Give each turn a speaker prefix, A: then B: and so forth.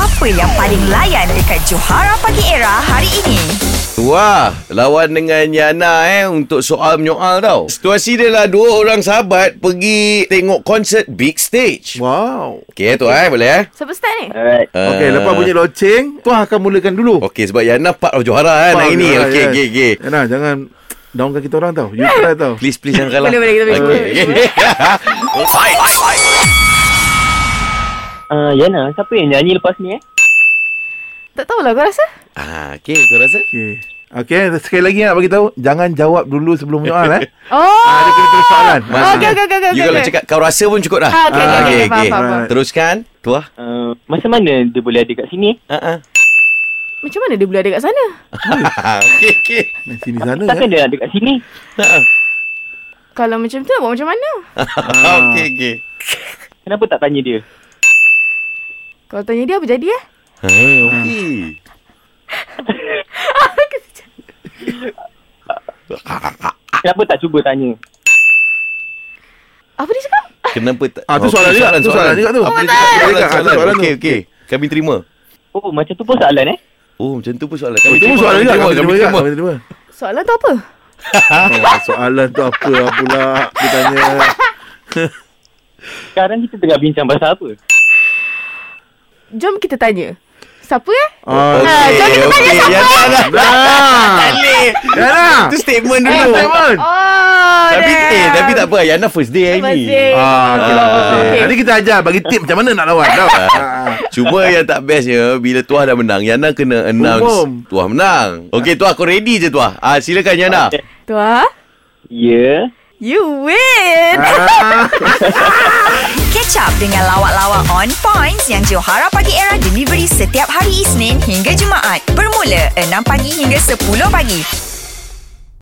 A: Apa yang paling layan dekat Johara Pagi Era hari ini?
B: Wah, lah, lawan dengan Yana eh untuk soal menyoal tau. Situasi dia lah dua orang sahabat pergi tengok konsert big stage.
C: Wow.
B: Okey okay. tu eh, boleh eh?
D: Siapa start ni?
E: Alright.
B: Uh,
C: Okey, lepas bunyi loceng, tu akan mulakan dulu.
B: Eh, Okey sebab Yana part of Johara kan hari ni.
C: Faham,
B: Okey okey
C: ya, ya.
B: okey.
C: Yana, jangan downkan kita orang tau. You try tau.
B: Please please jangan kalah.
D: Boleh, boleh, kita boleh.
B: Okey, okey.
E: Uh, Yana, siapa yang nyanyi lepas ni eh?
D: Tak tahulah kau rasa.
B: ah, okey, kau rasa?
C: Okey. Okey, sekali lagi nak bagi tahu, jangan jawab dulu sebelum menyoal eh. Ah, dia
D: Oh.
C: kena terus soalan.
B: Mas,
D: Okey, okey, okey, okey,
B: You kalau
D: okey.
B: cakap kau rasa pun cukup dah.
D: Ah,
B: Ah,
D: okey, okey, okey, faham,
B: okey.
D: faham,
C: faham.
B: Teruskan. Tuah.
E: Uh, masa mana dia boleh ada kat sini?
B: Ha ah.
D: Macam mana dia boleh ada kat sana?
B: ah. Okey okey.
C: Nah, sini sana
E: Takkan
C: eh.
E: dia ada kat sini?
D: Kalau macam tu nak buat macam mana?
C: Hmm.
B: Okey okey.
E: Kenapa tak tanya dia?
D: Kalau tanya dia apa jadi eh?
C: Ah.
B: Ha okey.
E: Kenapa tak cuba tanya?
D: Apa dia cakap?
B: Kenapa tak?
C: Ah, tu soalan juga, tu soalan juga tu.
B: Oh, Apa
C: Oh,
B: dia cakap?
C: tak.
B: Soalan,
C: Ah, tu
B: soalan.
C: soalan tu.
B: Okey, okey. Kami terima.
E: Oh, macam tu pun soalan eh?
B: Oh, macam tu pun soalan.
C: Oh,
B: Kami
C: Itu pun soalan juga. Kami terima juga.
B: terima.
C: Kami terima.
D: Soalan tu apa?
C: Oh, soalan tu apa lah pula Dia tanya Ah,
E: Sekarang kita tengah bincang pasal apa?
D: Jom kita tanya. Siapa eh?
C: Ah,
B: Okey,
D: Ah, jadi kita
B: okey.
D: tanya
B: Ya, dah, dah.
C: Dah
B: Balik.
C: Dah
B: Itu statement
C: Ah,
B: dulu.
C: Statement
D: Oh,
B: Tapi
D: damn.
B: eh, tapi tak apa. Yana first day hari
D: First
B: ni.
D: day.
C: Ah, okay, lah,
B: Ah,
C: okay.
D: okey.
C: Nanti kita ajar bagi tip macam mana nak lawan tau. Ah.
B: Cuma yang tak bestnya bila Tuah dah menang, Yana kena announce
C: Umum.
B: Tuah menang. Okey Tuah, kau ready je Tuah. Ah silakan Yana.
E: Okay.
D: Tuah,
E: Ya.
D: ah. you win.
C: Ah.
A: Catch up dengan lawak-lawak on points yang Johara Pagi Era delivery setiap hari Isnin hingga Jumaat bermula 6 pagi hingga 10 pagi.